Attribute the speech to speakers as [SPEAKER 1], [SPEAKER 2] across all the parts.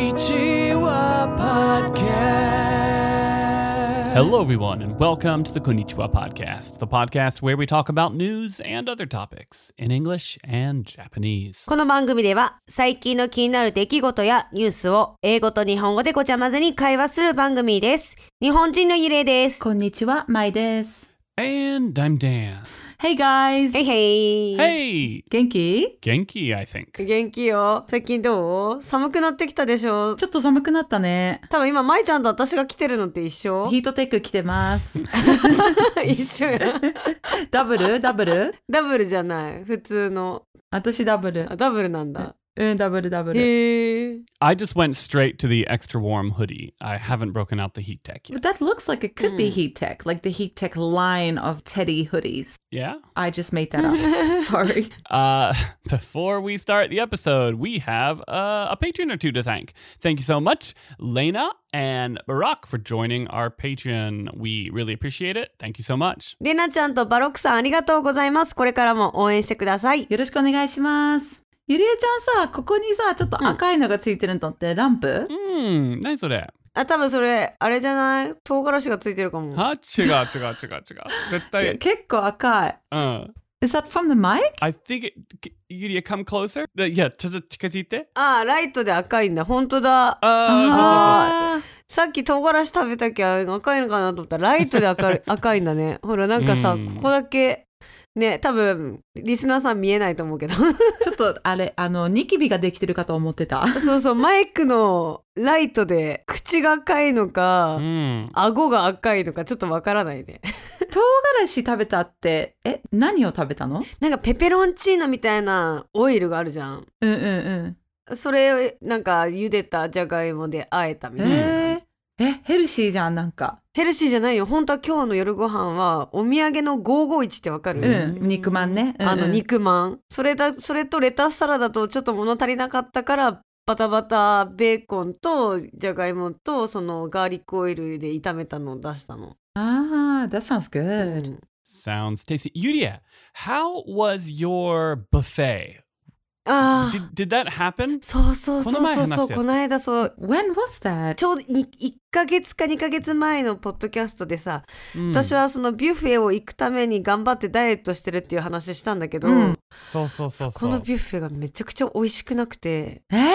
[SPEAKER 1] Konnichiwa Podcast.
[SPEAKER 2] Hello, everyone, and welcome to the Konnichiwa Podcast, the podcast where we talk about news and other topics in English and Japanese.
[SPEAKER 3] この番組では最近の気になる出来事やニュースを英語と日本語でごちゃ混ぜに会話する番組です。日本人のゆれです。
[SPEAKER 4] こんにちは、まいです。
[SPEAKER 2] And I'm Dan.
[SPEAKER 4] Hey guys!
[SPEAKER 3] へいへ
[SPEAKER 2] Hey!
[SPEAKER 3] い。
[SPEAKER 4] 元気
[SPEAKER 2] Genki, I think.
[SPEAKER 3] 元気よ。最近どう寒くなってきたでしょ
[SPEAKER 4] ちょっと寒くなったね。
[SPEAKER 3] 多分今、舞ちゃんと私が来てるのって一緒
[SPEAKER 4] ヒートテック着てます。
[SPEAKER 3] 一緒や。
[SPEAKER 4] ダブルダブル
[SPEAKER 3] ダブルじゃない。普通の。
[SPEAKER 4] 私ダブル
[SPEAKER 3] あ、。ダブルなんだ。
[SPEAKER 4] うん、ダブルダブル。
[SPEAKER 3] へえ。
[SPEAKER 2] I just went straight to the extra warm hoodie. I haven't broken out the heat tech yet.
[SPEAKER 4] But that looks like it could be heat tech, like the heat tech line of teddy hoodies.
[SPEAKER 2] Yeah?
[SPEAKER 4] I just made that up. Sorry.
[SPEAKER 2] Uh, before we start the episode, we have uh, a patron or two to thank. Thank you so much, Lena and Barack, for joining our Patreon. We really appreciate it. Thank you so much.
[SPEAKER 3] レナちゃんとバロックさんありがとうございます。これからも応援してください。
[SPEAKER 4] よろしくお願いします。ゆりえちゃんさ、ここにさ、ちょっと赤いのがついてるのってランプ
[SPEAKER 2] Hmm, nice of that.
[SPEAKER 3] あ、多分それ、あれじゃない唐辛子がついてるかも。
[SPEAKER 2] あ違う違う違う違う。 絶
[SPEAKER 4] ちょ
[SPEAKER 2] 対。
[SPEAKER 4] 結構赤い。
[SPEAKER 2] うん。
[SPEAKER 4] Is that from the mic?
[SPEAKER 2] I think it, you need to come closer. Uh, いや、ちょっと近づいて。
[SPEAKER 3] ああ、ライトで赤いんだ。本当だ。
[SPEAKER 2] Uh, あ
[SPEAKER 3] Ah.
[SPEAKER 4] あ
[SPEAKER 3] さっき唐辛子食べたきゃ赤いのかなと思ったらライトで赤 い赤いんだねほらなんかさ、
[SPEAKER 2] うん
[SPEAKER 3] ここだけね多分リスナーさん見えないと思うけど
[SPEAKER 4] ーちょっとあれ、あの、ニキビができてるかと思ってた。
[SPEAKER 3] そうそうマイクのライトで口が赤いのか、
[SPEAKER 2] あ、うん。
[SPEAKER 3] 顎が赤いのかちょっとわからないね
[SPEAKER 4] 彼氏食べたってえ何を食べたの
[SPEAKER 3] なんかペペロンチーノみたいなオイルがあるじゃん
[SPEAKER 4] うんうんうん
[SPEAKER 3] それなんか茹でたじゃがいもであえたみたいな、
[SPEAKER 4] えーえヘルシーじゃんなんか、
[SPEAKER 3] ヘルシーじゃないよ本当は今日の夜ご飯はお土産の551ってわかる、
[SPEAKER 4] うん肉まんね、うんうん
[SPEAKER 3] あの肉まんそれだそれとレタスサラダとちょっと物足りなかったからバタバタベーコンとじゃがいもとそのガーリックオイルで炒めたのを出したの、
[SPEAKER 4] ああ that sounds
[SPEAKER 3] う
[SPEAKER 4] good、
[SPEAKER 3] ん
[SPEAKER 2] Sounds tasty. Yuria, how was your buffet?
[SPEAKER 3] ああ
[SPEAKER 2] Did, did that happen?
[SPEAKER 3] そうそうそう
[SPEAKER 2] この前
[SPEAKER 3] そう
[SPEAKER 2] 話した
[SPEAKER 3] そ
[SPEAKER 2] や
[SPEAKER 3] う
[SPEAKER 2] つ
[SPEAKER 3] この間そう
[SPEAKER 4] when was that
[SPEAKER 3] ちょうど1ヶ月か2ヶ月前のポッドキャストでさ、
[SPEAKER 2] うん
[SPEAKER 3] 私。はそのビュッフェを行くために頑張ってダイエットしてるっていう話したんだけど、
[SPEAKER 4] うん
[SPEAKER 2] そうそうそう
[SPEAKER 3] こ
[SPEAKER 2] そ
[SPEAKER 3] の
[SPEAKER 2] う。
[SPEAKER 3] ビュッフェがめちゃくちゃ美味しくなくて
[SPEAKER 4] えー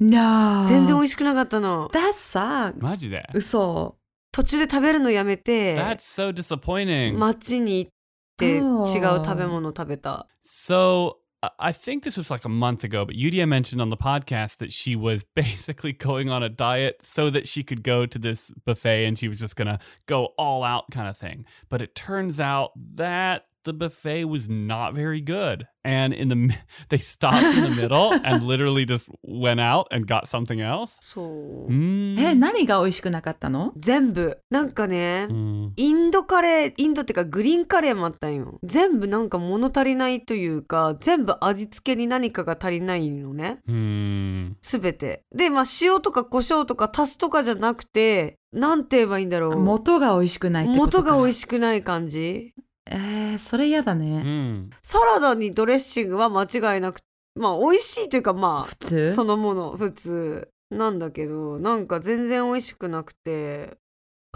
[SPEAKER 4] no
[SPEAKER 3] 全然美味しくなかったの
[SPEAKER 4] that sucks
[SPEAKER 2] マジで
[SPEAKER 4] 嘘
[SPEAKER 3] 途中で食べるのやめて
[SPEAKER 2] That's so disappointing.
[SPEAKER 3] 街に行って違
[SPEAKER 4] あ
[SPEAKER 3] う
[SPEAKER 4] ー
[SPEAKER 3] 食べ物食べた
[SPEAKER 2] So I- I think this was like a month ago, but Yuria mentioned on the podcast that she was basically going on a diet so that she could go to this buffet and she was just gonna go all out kind of thing. But it turns out that the buffet was not very good, and in the mi- they stopped in the middle and literally just went out and got something else.
[SPEAKER 3] そう、
[SPEAKER 2] Mm.
[SPEAKER 4] え何が美味しくなかったの
[SPEAKER 3] 全部なんかね、
[SPEAKER 2] Mm.
[SPEAKER 3] インドカレーインドってかグリーンカレーもあったんよ全部なんか物足りないというか全部味付けに何かが足りないのね
[SPEAKER 2] Mm.
[SPEAKER 3] すべてでまあ塩とか胡椒とか足すとかじゃなくてなんて言えばいいんだろう
[SPEAKER 4] 元が美味しくないってこと
[SPEAKER 3] 元
[SPEAKER 4] か
[SPEAKER 3] が美味しくない感じ
[SPEAKER 4] えー、それ嫌だね、
[SPEAKER 2] Mm.
[SPEAKER 3] サラダにドレッシングは間違いなくまあ美味しいというかまあ
[SPEAKER 4] 普通
[SPEAKER 3] そのもの普通なんだけどなんか全然美味しくなくて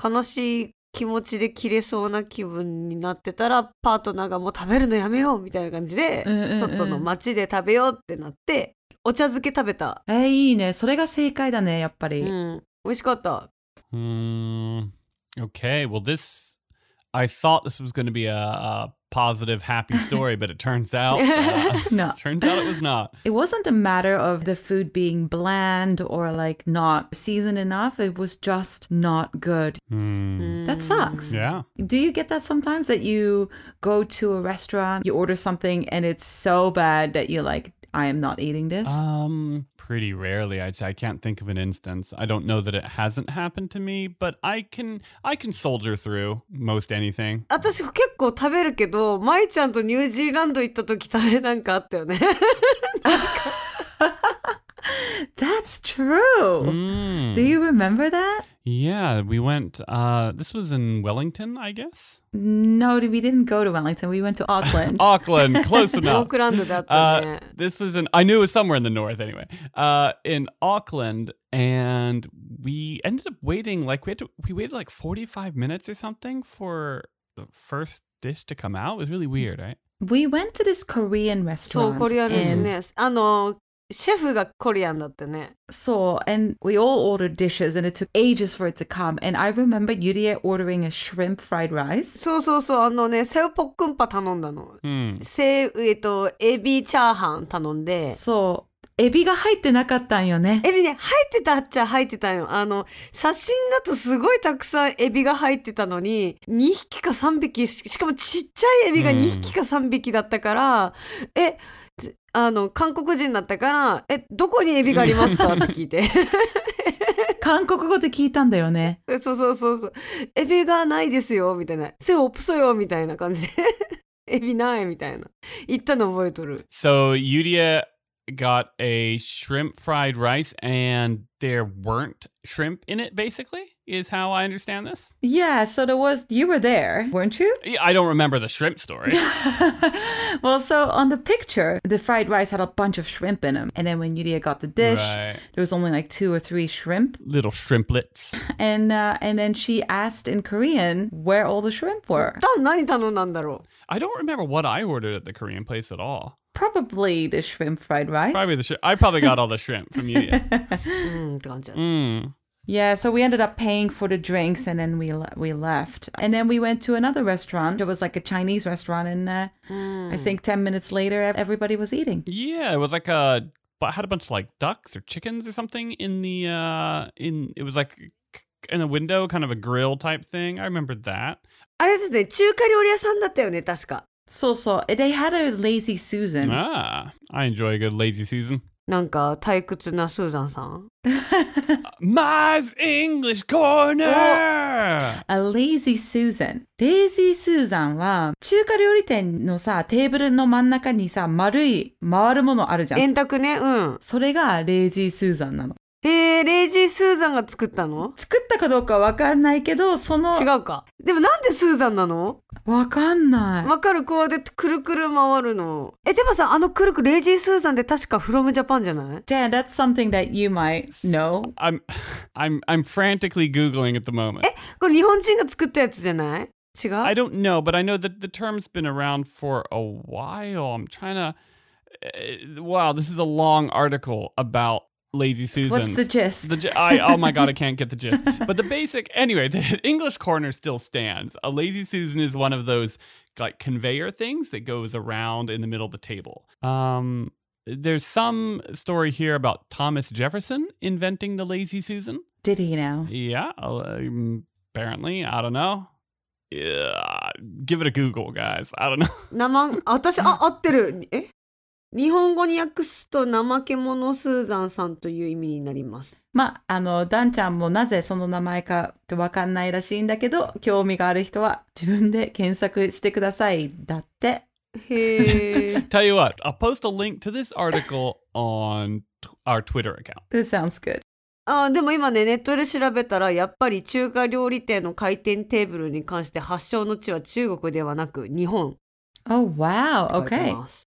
[SPEAKER 3] 悲しい気持ちで切れそうな気分になってたらパートナーがもう食べるのやめようみたいな感じで、
[SPEAKER 4] うんうんうん
[SPEAKER 3] 外の街で食べようってなってお茶漬け食べた、
[SPEAKER 4] えー、いいねそれが正解だねやっぱり、
[SPEAKER 3] うん、美味しかった、
[SPEAKER 2] Mm, okay. Well, this I thought this was going to be a, a positive, happy story, but it turns out uh,
[SPEAKER 4] No.
[SPEAKER 2] turns out it was not.
[SPEAKER 4] It wasn't a matter of the food being bland or like not seasoned enough. It was just not good.
[SPEAKER 3] う
[SPEAKER 2] Mm,
[SPEAKER 3] ん
[SPEAKER 4] That sucks.
[SPEAKER 2] Yeah.
[SPEAKER 4] Do you get that sometimes that you go to a restaurant, you order something, and it's so bad that you're like, I am not eating this?
[SPEAKER 2] Um. Pretty rarely, I'd say. I can't think of an instance. I don't know that it hasn't happened to me, but I can I can soldier through most anything.
[SPEAKER 3] 私結構食べるけど舞ちゃんとニュージーランド行った時食べなんかあったよね
[SPEAKER 4] That's true.
[SPEAKER 2] Mm.
[SPEAKER 4] Do you remember that?
[SPEAKER 2] yeah, we went. Uh, this was in Wellington, I guess.
[SPEAKER 4] No, we didn't go to Wellington. We went to Auckland.
[SPEAKER 2] Oh. Auckland, close
[SPEAKER 3] オー
[SPEAKER 2] enough.
[SPEAKER 3] クランドだった
[SPEAKER 2] Uh,
[SPEAKER 3] ね。
[SPEAKER 2] this was in I knew it was somewhere in the north anyway. Uh, in Auckland, and we ended up waiting like we had to we waited like forty five minutes or something for the first dish to come out. It was really weird, right?
[SPEAKER 4] we went to this Korean
[SPEAKER 3] そう、
[SPEAKER 4] restaurant.
[SPEAKER 3] コリアンです
[SPEAKER 4] and-
[SPEAKER 3] ね。あの、シェフがコリアンだったね。
[SPEAKER 4] So, and we all ordered dishes and it took ages for it to come. And I remember Yurie ordering a shrimp fried rice.
[SPEAKER 3] そうそうそう、あのね、セウポックンパ頼んだの。
[SPEAKER 2] Hmm.
[SPEAKER 3] せい、えっと、エビチャーハン頼んで。
[SPEAKER 4] So, エビが入ってなかったんよね。
[SPEAKER 3] エビね、入ってたっちゃ入ってたよ。あの、写真だとすごいたくさんエビが入ってたのに、2匹か3匹し、しかもちっちゃいエビが
[SPEAKER 2] うん
[SPEAKER 3] 2匹か3匹だったから、え、あの、韓国人だったから、え、どこにエビがありま すかって聞いて。
[SPEAKER 4] 韓国語で聞いたんだよね。
[SPEAKER 3] でそうそうそうそう。エビがないですよ、みたいな。背をプソよ、みたいな感じで。 エビない、みたいな。言ったの覚えとる。
[SPEAKER 2] So Yudia got a shrimp fried rice, and there weren't shrimp in it. Basically, is how I understand this.
[SPEAKER 4] Yeah, so there was, you were there, weren't you?
[SPEAKER 2] Yeah, I don't remember the shrimp story.
[SPEAKER 4] well, so on the picture, the fried rice had a bunch of shrimp in them. And then when Yuria got the dish,
[SPEAKER 2] Right.
[SPEAKER 4] there was only like two or three shrimp.
[SPEAKER 2] Little shrimplets.
[SPEAKER 4] And uh, and then she asked in Korean where all the shrimp were.
[SPEAKER 3] ダン何頼んだんだろ
[SPEAKER 2] I don't remember what I ordered at the Korean place at all.
[SPEAKER 4] Probably the shrimp fried rice.
[SPEAKER 2] Probably the shrimp. I probably got all the shrimp from you. yeah.
[SPEAKER 3] う。うん、って感じだった。
[SPEAKER 2] Mm.
[SPEAKER 4] Yeah, so we ended up paying for the drinks and then we le- we left. And then we went to another restaurant. It was like a Chinese restaurant and uh,
[SPEAKER 3] うん。
[SPEAKER 4] I think 10 minutes later ev- everybody was eating.
[SPEAKER 2] Yeah, it was like a. But I had a bunch of like ducks or chickens or something in the uh in it was like in a window, kind of a grill type thing. I remember that.
[SPEAKER 3] あれですね、中華料理屋さんだったよね、確か。
[SPEAKER 4] So so they had a lazy Susan.
[SPEAKER 2] Ah, I enjoy a good lazy season.
[SPEAKER 3] なんか退屈なスーザンさん。
[SPEAKER 2] Ma's English Corner.
[SPEAKER 4] A lazy Susan. Lazy Susan は中華料理店のさ、テーブルの真ん中にさ、丸い回るものあるじゃん。
[SPEAKER 3] 円卓ね、うん。
[SPEAKER 4] それがレイジースーザンなの。
[SPEAKER 3] えー、レイジー・スーザンが作ったの
[SPEAKER 4] 作ったかどうかわかんないけど、その、
[SPEAKER 3] 違うか。でもなんでスーザンなの
[SPEAKER 4] わかんない。
[SPEAKER 3] わかる、こうやってくるくる回るの。え、でもさ、あのくるくる、レイジー・スーザンって確かフロムジャパンじゃない
[SPEAKER 4] Dan, that's something that you might know.
[SPEAKER 2] I'm I'm I'm frantically googling at the moment.
[SPEAKER 3] これ日本人が作ったやつじゃない違
[SPEAKER 4] Oh.
[SPEAKER 3] う
[SPEAKER 2] I don't know, but I know that the term's been around for a while. I'm trying to. Uh, wow, this is a long article about Lazy Susan.
[SPEAKER 4] What's the gist?
[SPEAKER 2] The gi- I, oh my god, I can't get the gist. But the basic, anyway, the English corner still stands. A lazy Susan is one of those like conveyor things that goes around in the middle of the table. Um, there's some story here about Thomas Jefferson inventing the lazy Susan.
[SPEAKER 4] Did he now?
[SPEAKER 2] Yeah, um, apparently, I don't know. Yeah, give it a Google, guys. I don't know.
[SPEAKER 3] 生、あ私、あ、合ってる。え日本語に訳すと怠け者スーザンさんという意味になります。
[SPEAKER 4] まあ、あの、ダンちゃんもなぜその名前かってわかんないらしいんだけど、興味がある人は自分で検索してください。だって。
[SPEAKER 3] へー
[SPEAKER 2] Tell you what, I'll post a link to this article on t- our Twitter account.
[SPEAKER 4] That sounds good.
[SPEAKER 3] あーでも今ねネットで調べたらやっぱり中華料理店の回転テーブルに関して発祥の地は中国ではなく日本
[SPEAKER 4] Oh, wow.
[SPEAKER 3] って書いて
[SPEAKER 4] Okay.
[SPEAKER 3] ます、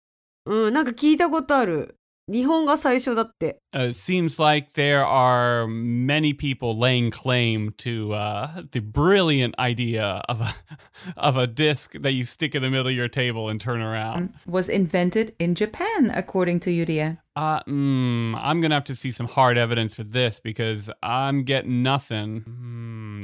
[SPEAKER 3] うんなんか聞いたことある日本が最初だって
[SPEAKER 2] Uh, it seems like there are many people laying claim to uh, the brilliant idea of a of a disc that you stick in the middle of your table and turn around.
[SPEAKER 4] Was invented in Japan, according to Yuria.
[SPEAKER 2] Uh, mm, I'm gonna have to see some hard evidence for this because I'm getting nothing.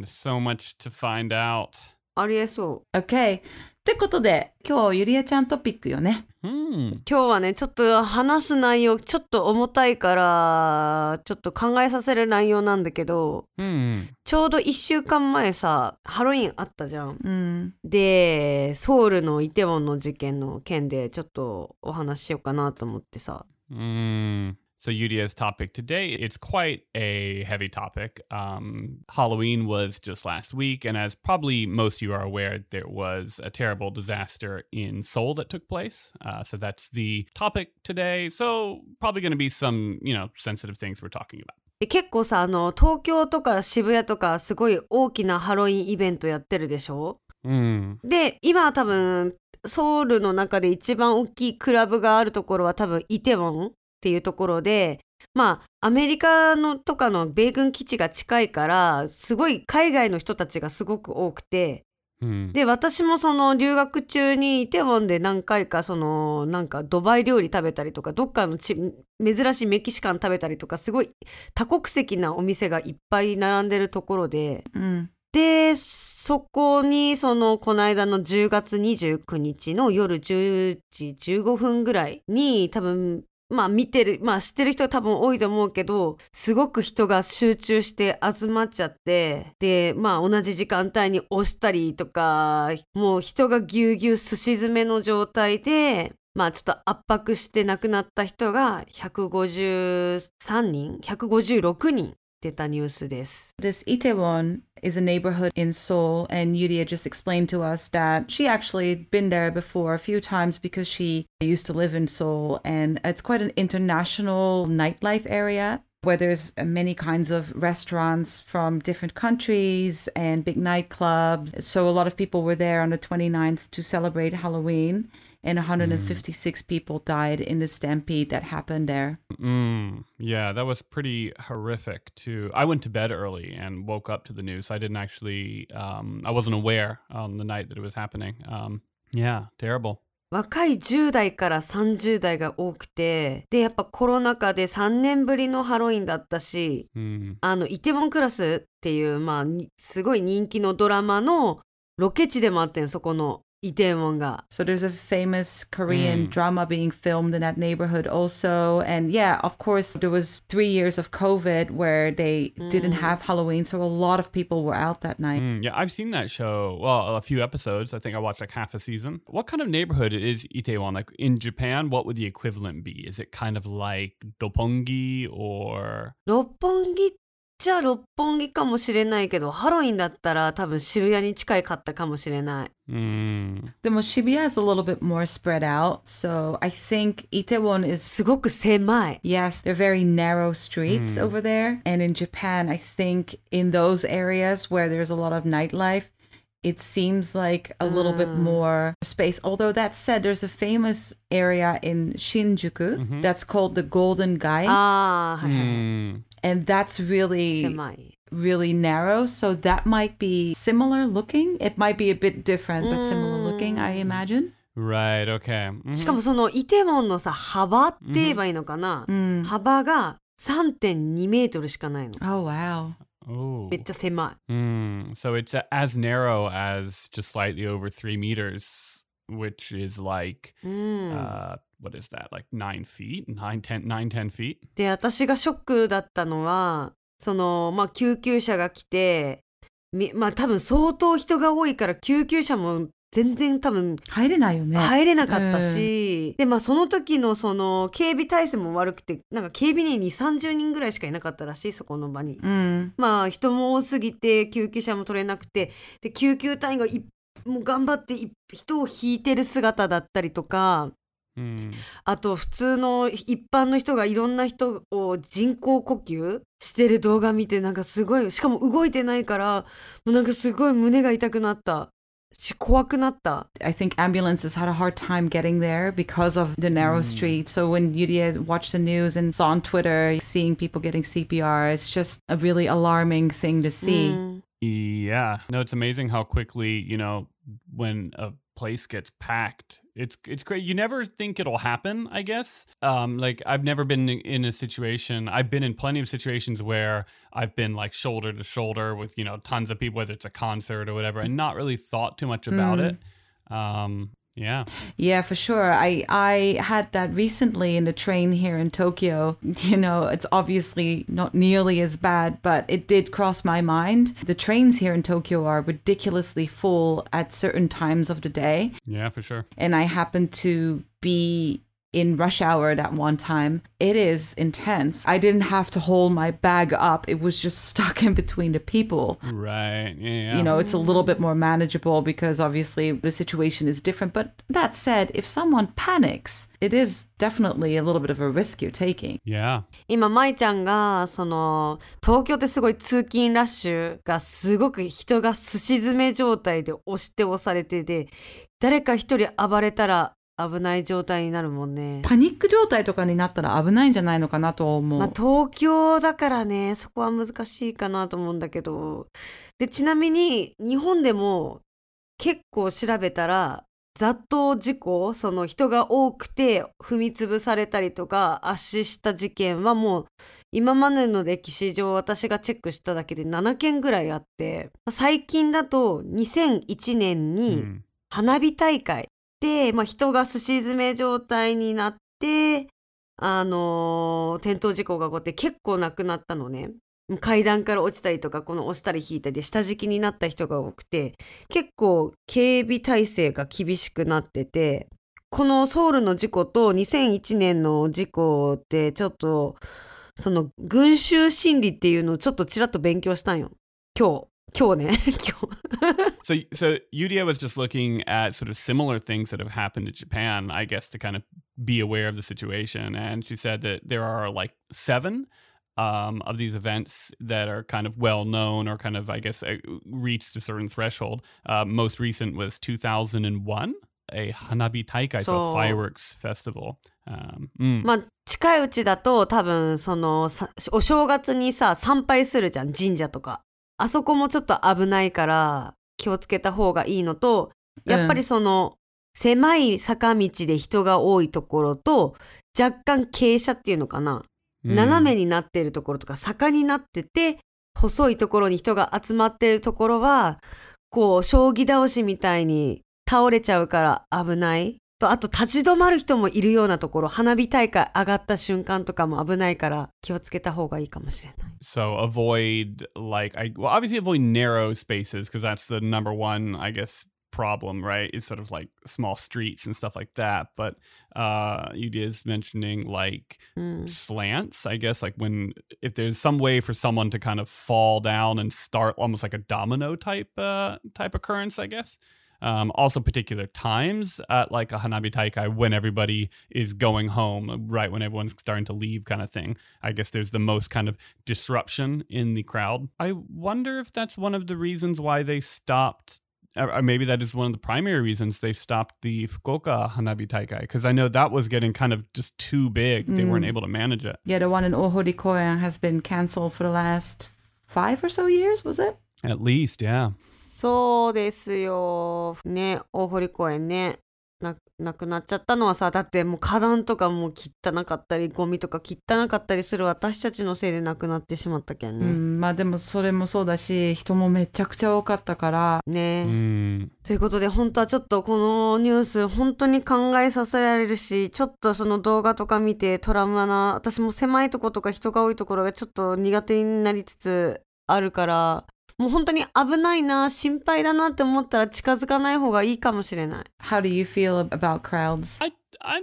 [SPEAKER 2] Mm, so much to find out.
[SPEAKER 3] ありえそう
[SPEAKER 4] Okay. ってことで、今日、ゆりえちゃんトピックよね。
[SPEAKER 2] Hmm.
[SPEAKER 3] 今日はねちょっと話す内容ちょっと重たいからちょっと考えさせる内容なんだけど
[SPEAKER 2] Hmm.
[SPEAKER 3] ちょうど1週間前さハロウィンあったじゃん
[SPEAKER 4] うん。
[SPEAKER 3] でソウルのイテウォンの事件の件でちょっとお話ししようかなと思ってさ
[SPEAKER 2] Hmm. So Yudia's topic today, it's quite a heavy topic. Um, Halloween was just last week, and as probably most of you are aware, there was a terrible disaster in Seoul that took place. Uh, so that's the topic today. So probably going to be some, you know, sensitive things we're talking about.
[SPEAKER 3] え結構さあの東京とか渋谷とかすごい大きなハロウィンイベントやってるでしょ
[SPEAKER 2] Mm.
[SPEAKER 3] で今は多分ソウルの中で一番大きいクラブがあるところは多分イテウォンっていうところでまあアメリカのとかの米軍基地が近いからすごい海外の人たちがすごく多くて
[SPEAKER 2] Mm.
[SPEAKER 3] で私もその留学中にイテウォンで何回かそのなんかドバイ料理食べたりとかどっかのち珍しいメキシカン食べたりとかすごい多国籍なお店がいっぱい並んでるところで
[SPEAKER 4] うん。
[SPEAKER 3] でそこにそのこの間の10月29日の夜10時15分ぐらいに多分まあ見てるまあ知ってる人は多分多いと思うけどすごく人が集中して集まっちゃってでまあ同じ時間帯に押したりとかもう人がぎゅうぎゅうすし詰めの状態で。まあちょっと圧迫して亡くなった人が153人156人出たニュースです。
[SPEAKER 4] This Itaewon is a neighborhood in Seoul, and Yuria just explained to us that she actually had been there before a few times because she used to live in Seoul, and it's quite an international nightlife area where there's many kinds of restaurants from different countries and big nightclubs. So a lot of people were there on the 29th to celebrate Halloween, and 156 people died in the stampede that happened there.
[SPEAKER 2] Mm, yeah, that was pretty horrific. To I went to bed early and woke up to the news. I didn't actually, um, I wasn't aware on the night that it was happening. Um, yeah, terrible.
[SPEAKER 3] 若い10代から30代が多くてでやっぱコロナ禍で3年ぶりのハロウィンだったし
[SPEAKER 2] Mm.
[SPEAKER 3] あのイテウォンクラスっていうまあにすごい人気のドラマのロケ地でもあってんそこのイテウォンが
[SPEAKER 4] So there's a famous Korean
[SPEAKER 2] Mm.
[SPEAKER 4] drama being filmed in that neighborhood also. And yeah, of course, there was three years of COVID where they didn't have Halloween. So a lot of people were out that night.
[SPEAKER 2] Mm, yeah, I've seen that show. Well, a few episodes. I think I watched like half a season. What kind of neighborhood is Itaewon? Like in Japan, what would the equivalent be? Is it kind of like Dopongi or?
[SPEAKER 3] 六本木じゃ六本木かもしれないけどハロウィンだったら多分渋谷に近いかったかもしれない
[SPEAKER 2] Mm.
[SPEAKER 4] The Moshibuya is a little bit more spread out. So I think Itaewon is,
[SPEAKER 3] すごく狭い
[SPEAKER 4] yes, they're very narrow streets
[SPEAKER 2] Mm.
[SPEAKER 4] over there. And in Japan, I think in those areas where there's a lot of nightlife, it seems like a little bit
[SPEAKER 3] Mm.
[SPEAKER 4] more space. Although that said, there's a famous area in Shinjuku
[SPEAKER 2] Mhm.
[SPEAKER 4] that's called the Golden
[SPEAKER 3] Ah.
[SPEAKER 4] Guy,
[SPEAKER 3] ああはいはい、
[SPEAKER 2] Mm.
[SPEAKER 4] and that's really
[SPEAKER 3] 狭い
[SPEAKER 4] really narrow. So that might be similar looking. It might be a bit different, but similar looking, I imagine.
[SPEAKER 2] Right. Okay. Mhm.
[SPEAKER 3] しかもそのイテウォンのさ幅って言えばいいのかな、
[SPEAKER 4] Mm.
[SPEAKER 3] 幅が3.2メートルしかないの
[SPEAKER 4] Oh wow.
[SPEAKER 2] Oh.
[SPEAKER 3] めっちゃ狭い
[SPEAKER 2] Mm, so it's a- as narrow as just slightly over three meters, which is like,
[SPEAKER 3] うん、
[SPEAKER 2] uh, what is that? Like nine feet, nine, ten, nine, ten feet.
[SPEAKER 3] で私がショックだったのはそのまあ救急車が来てみまあ多分相当人が多いから救急車も全然多分
[SPEAKER 4] 入れないよね。
[SPEAKER 3] 入れなかったし、でまあその時のその警備体制も悪くてなんか警備員に30人ぐらいしかいなかったらしいそこの場に
[SPEAKER 4] Mm.
[SPEAKER 3] まあ人も多すぎて救急車も取れなくてで救急隊員がいもう頑張ってい人を引いてる姿だったりとか
[SPEAKER 2] Mm.
[SPEAKER 3] あと普通の一般の人がいろんな人を人工呼吸してる動画見てなんかすごいしかも動いてないからもうなんかすごい胸が痛くなったし怖くなった
[SPEAKER 4] I think ambulances had a hard time getting there because of the narrow
[SPEAKER 2] Mm.
[SPEAKER 4] street. So when Yuria watched the news and saw on Twitter seeing people getting CPR, it's just a really alarming thing to see.
[SPEAKER 3] うん
[SPEAKER 2] Yeah. No, it's amazing how quickly, you know, when a place gets packed, it's it's great. You never think it'll happen, I guess. Um, like I've never been in a situation. I've been in plenty of situations where I've been like shoulder to shoulder with you know tons of people, whether it's a concert or whatever, and not really thought too much about
[SPEAKER 4] Mm.
[SPEAKER 2] it. Um, yeah.
[SPEAKER 4] Yeah, for sure. I I had that recently in the train here in Tokyo. You know, it's obviously not nearly as bad, but it did cross my mind. The trains here in Tokyo are ridiculously full at certain times of the day,
[SPEAKER 2] Yeah, for sure.
[SPEAKER 4] and I happened to be in rush hour that one time. It is intense. I didn't have to hold my bag up, it was just stuck in between the people.
[SPEAKER 2] Right. Yeah. yeah.
[SPEAKER 4] You know, it's a little bit more manageable because obviously the situation is different. But that said, if someone panics, it is definitely a little bit of a risk you're taking.
[SPEAKER 2] Yeah.
[SPEAKER 3] 今舞ちゃんがその東京ってすごい通勤ラッシュがすごく人がすし詰め状態で押して押されてで誰か一人暴れたら危ない状態になるもんね。
[SPEAKER 4] パニック状態とかになったら危ないんじゃないのかなと思う。
[SPEAKER 3] まあ、東京だからねそこは難しいかなと思うんだけどでちなみに日本でも結構調べたら雑踏事故その人が多くて踏み潰されたりとか圧死した事件はもう今までの歴史上私がチェックしただけで7件ぐらいあってまあ最近だと2001年
[SPEAKER 2] う
[SPEAKER 3] に
[SPEAKER 2] ん
[SPEAKER 3] 花火大会で、まあ、人がすし詰め状態になって、あのー転倒事故が起こって結構亡くなったのね。階段から落ちたりとか、この押したり引いたりで下敷きになった人が多くて、結構警備体制が厳しくなってて、このソウルの事故と2001年の事故ってちょっと、その群衆心理っていうのをちょっとちらっと勉強したんよ。今日。今日ね。 今日。
[SPEAKER 2] So, so Yudia was just looking at sort of similar things that have happened in Japan, I guess, to kind of be aware of the situation. And she said that there are like seven um, of these events that are kind of well known or kind of, I guess, uh, reached a certain threshold. Uh, most recent was 2001, a Hanabi Taikai, so
[SPEAKER 3] So-
[SPEAKER 2] a fireworks festival. Um, mm.
[SPEAKER 3] まあ近いうちだと多分そのさお正月にさ参拝するじゃん神社とかあそこもちょっと危ないから気をつけた方がいいのとやっぱりその、狭い坂道で人が多いところと若干傾斜っていうのかな、
[SPEAKER 2] Mm.
[SPEAKER 3] 斜めになっているところとか坂になってて細いところに人が集まっているところはこう将棋倒しみたいに倒れちゃうから危ないとあと立ち止まる人もいるようなところ花火大会上がった瞬間とかも危ないから気をつけた方がいいかもしれない
[SPEAKER 2] So avoid like I well obviously avoid narrow spaces because that's the number one I guess problem right is sort of like small streets and stuff like that. But uh, you is mentioning like
[SPEAKER 3] うん、
[SPEAKER 2] slants I guess like when if there's some way for someone to kind of fall down and start almost like a domino type uh, type occurrence I guess. Um, also, particular times at like a Hanabi Taikai when everybody is going home, right when everyone's starting to leave, kind of thing. I guess there's the most kind of disruption in the crowd. I wonder if that's one of the reasons why they stopped, or or maybe that is one of the primary reasons they stopped the Fukuoka Hanabi Taikai, because I know that was getting kind of just too big. They weren't able to manage it.
[SPEAKER 4] Yeah, the one in Ohori Koyan has been canceled for the last five or so years, was it?
[SPEAKER 2] At least, yeah.
[SPEAKER 3] そうですよね大堀公園ねななくなっちゃったのはさだってもう花壇とかもう汚かったりゴミとか汚かったりする私たちのせいでなくなってしまったけん
[SPEAKER 4] う
[SPEAKER 3] ね、
[SPEAKER 4] ん、まあでもそれもそうだし、人もめちゃくちゃ多かったから、
[SPEAKER 3] ねえ、
[SPEAKER 2] Mm.
[SPEAKER 3] ということで本当はちょっとこのニュース本当に考えさせられるしちょっとその動画とか見てトラウマな私も狭いとことか人が多いところがちょっと苦手になりつつあるからもう本当に危ないな心配だなって思ったら近づかない方がいいかもしれない。
[SPEAKER 4] How do you feel about crowds?
[SPEAKER 2] I I'm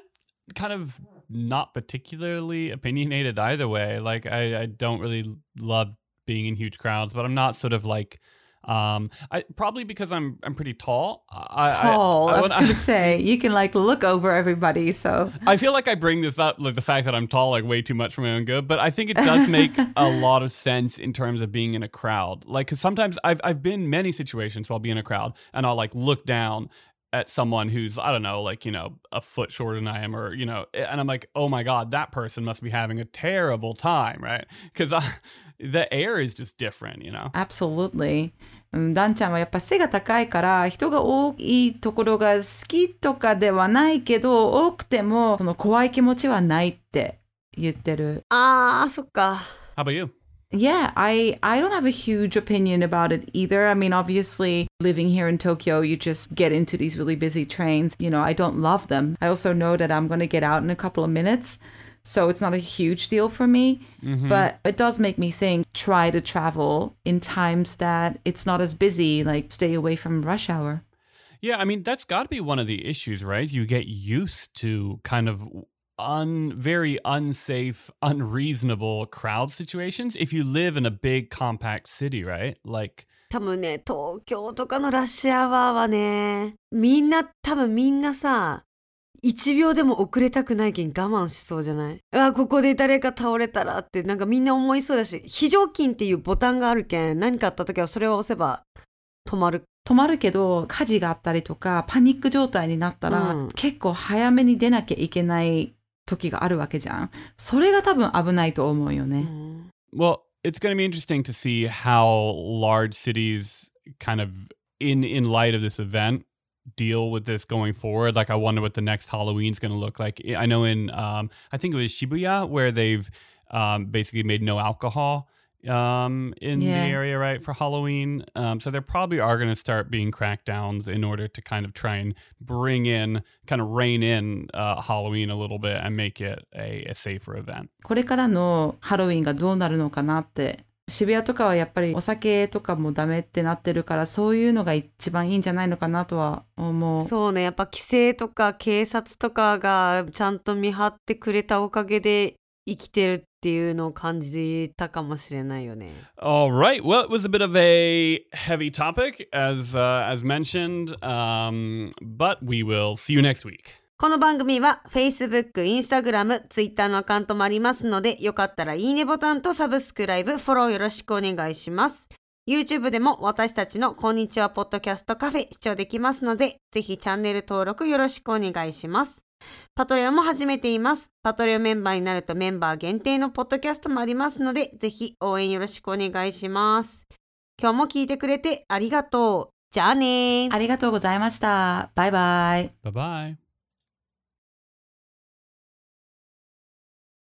[SPEAKER 2] kind of not particularly opinionated either way. Like I, I don't really love being in huge crowds, but I'm not sort of like um I probably because I'm I'm pretty tall. I, I-
[SPEAKER 4] Tall. I,
[SPEAKER 2] I,
[SPEAKER 4] was
[SPEAKER 2] when-
[SPEAKER 4] gonna say you can like look over everybody. So
[SPEAKER 2] I feel like I bring this up, like the fact that I'm tall, like way too much for my own good. But I think it does make a lot of sense in terms of being in a crowd. Like, because sometimes I've I've been many situations where I'll be in a crowd and I'll like look down at someone who's I don't know, like you know, a foot shorter than I am, or you know, and I'm like, oh my god, that person must be having a terrible time, right? Because the air is just different, you know.
[SPEAKER 4] absolutely. うんダンちゃんはやっぱ背が高いから人が多いところが好きとかではないけど多くてもその怖い気持ちはないって言ってる
[SPEAKER 3] あーそっか
[SPEAKER 2] How about you?
[SPEAKER 4] Yeah, I I don't have a huge opinion about it either. I mean, obviously, living here in Tokyo, you just get into these really busy trains. You know, I don't love them. I also know that I'm going to get out in a couple of minutes. So it's not a huge deal for me, but it does make me think try to travel in times that it's not as busy, like stay away from rush hour.
[SPEAKER 2] Yeah, I mean, that's got to be one of the issues, right? You get used to kind of un very unsafe, unreasonable crowd situations if you live in a big compact city, right? Like
[SPEAKER 3] 多分ね東京とかのラッシュアワーはねみんな多分みんなさ1秒でも遅れたくないけん我慢しそうじゃないあここで誰か倒れたらってなんかみんな思いそうだし非常勤っていうボタンがあるけん何かあった時はそれを押せば止まる
[SPEAKER 4] 止まるけど火事があったりとかパニック状態になったら、
[SPEAKER 3] うん
[SPEAKER 4] 結構早めに出なきゃいけない時があるわけじゃんそれが多分危ないと思うよね、
[SPEAKER 2] Well, it's going to be interesting to see how large cities kind of in in light of this event deal with this going forward. Like I wonder what the next Halloween's going to look like. I- I know in um I think it was Shibuya where they've um basically made no alcohol um in
[SPEAKER 4] Yeah.
[SPEAKER 2] the area right for Halloween. Um so there probably are going to start being crackdowns in order to kind of try and bring in kind of rein in uh Halloween a little bit and make it a, a safer event.
[SPEAKER 4] これからのハロウィンがどうなるのかなって渋谷とかはやっぱりお酒とかもダメってなってるからそういうのが一番いいんじゃないのかなとは思う
[SPEAKER 3] そうねやっぱ規制とか警察とかがちゃんと見張ってくれたおかげで生きてるっていうのを感じたかもしれないよね。
[SPEAKER 2] All right. Well, it was a bit of a heavy topic, as uh, as mentioned, um, but we will see you next week.
[SPEAKER 3] この番組は Facebook、Instagram、Twitter のアカウントもありますので、よかったらいいねボタンとサブスクライブ、フォローよろしくお願いします。YouTube でも私たちのこんにちはポッドキャストカフェ視聴できますので、ぜひチャンネル登録よろしくお願いします。パトレオンも始めています。パトレオンメンバーになるとメンバー限定のポッドキャストもありますので、ぜひ応援よろしくお願いします。今日も聞いてくれてありがとう。じゃあねー。
[SPEAKER 4] ありがとうございましたバイバイ
[SPEAKER 2] Bye bye.